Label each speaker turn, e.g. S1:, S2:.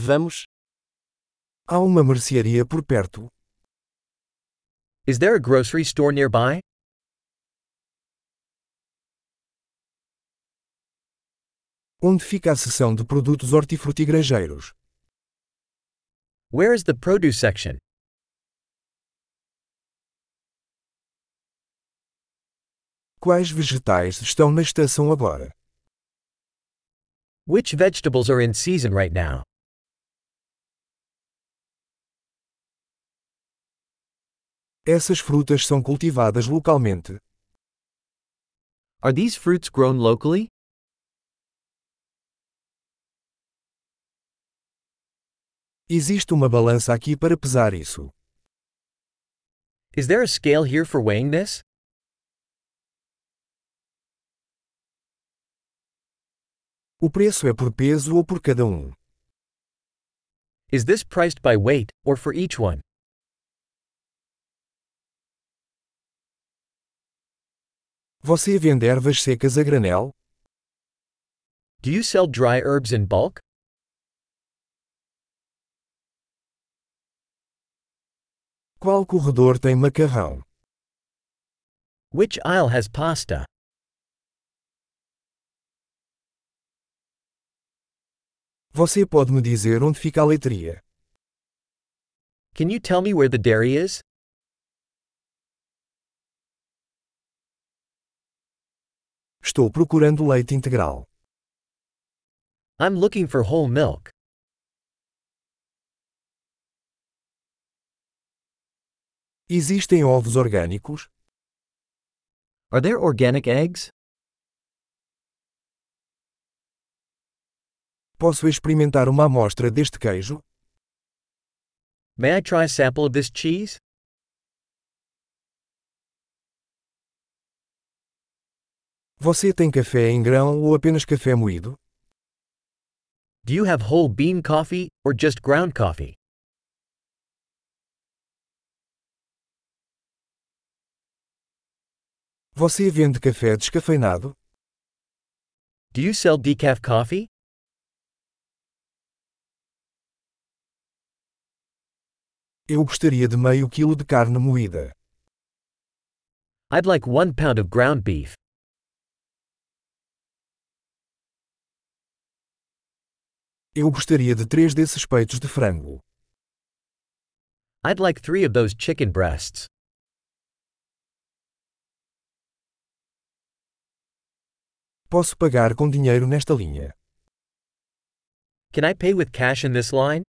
S1: Vamos.
S2: Há uma mercearia por perto.
S1: Is there a grocery store nearby?
S2: Onde fica a seção de produtos hortifrutigranjeiros?
S1: Where is the produce section?
S2: Quais vegetais estão na estação agora?
S1: Which vegetables are in season right now?
S2: Essas frutas são cultivadas localmente.
S1: Are these fruits grown locally?
S2: Existe uma balança aqui para pesar isso.
S1: Is there a scale here for weighing this?
S2: O preço é por peso ou por cada um.
S1: Is this priced by weight, or for each one?
S2: Você vende ervas secas a granel?
S1: Do you sell dry herbs in bulk?
S2: Qual corredor tem macarrão?
S1: Which aisle has pasta?
S2: Você pode me dizer onde fica a leitria?
S1: Can you tell me where the dairy is?
S2: Estou procurando leite integral.
S1: I'm looking for whole milk.
S2: Existem ovos orgânicos?
S1: Are there organic eggs?
S2: Posso experimentar uma amostra deste queijo?
S1: May I try a sample of this cheese?
S2: Você tem café em grão ou apenas café moído?
S1: Do you have whole bean coffee, or just ground coffee?
S2: Você vende café descafeinado?
S1: Do you sell decaf coffee?
S2: Eu gostaria de meio quilo de carne moída.
S1: I'd like one pound of ground beef.
S2: Eu gostaria de três desses peitos de frango.
S1: I'd like three of those chicken breasts.
S2: Posso pagar com dinheiro nesta linha.
S1: Can I pay with cash in this line?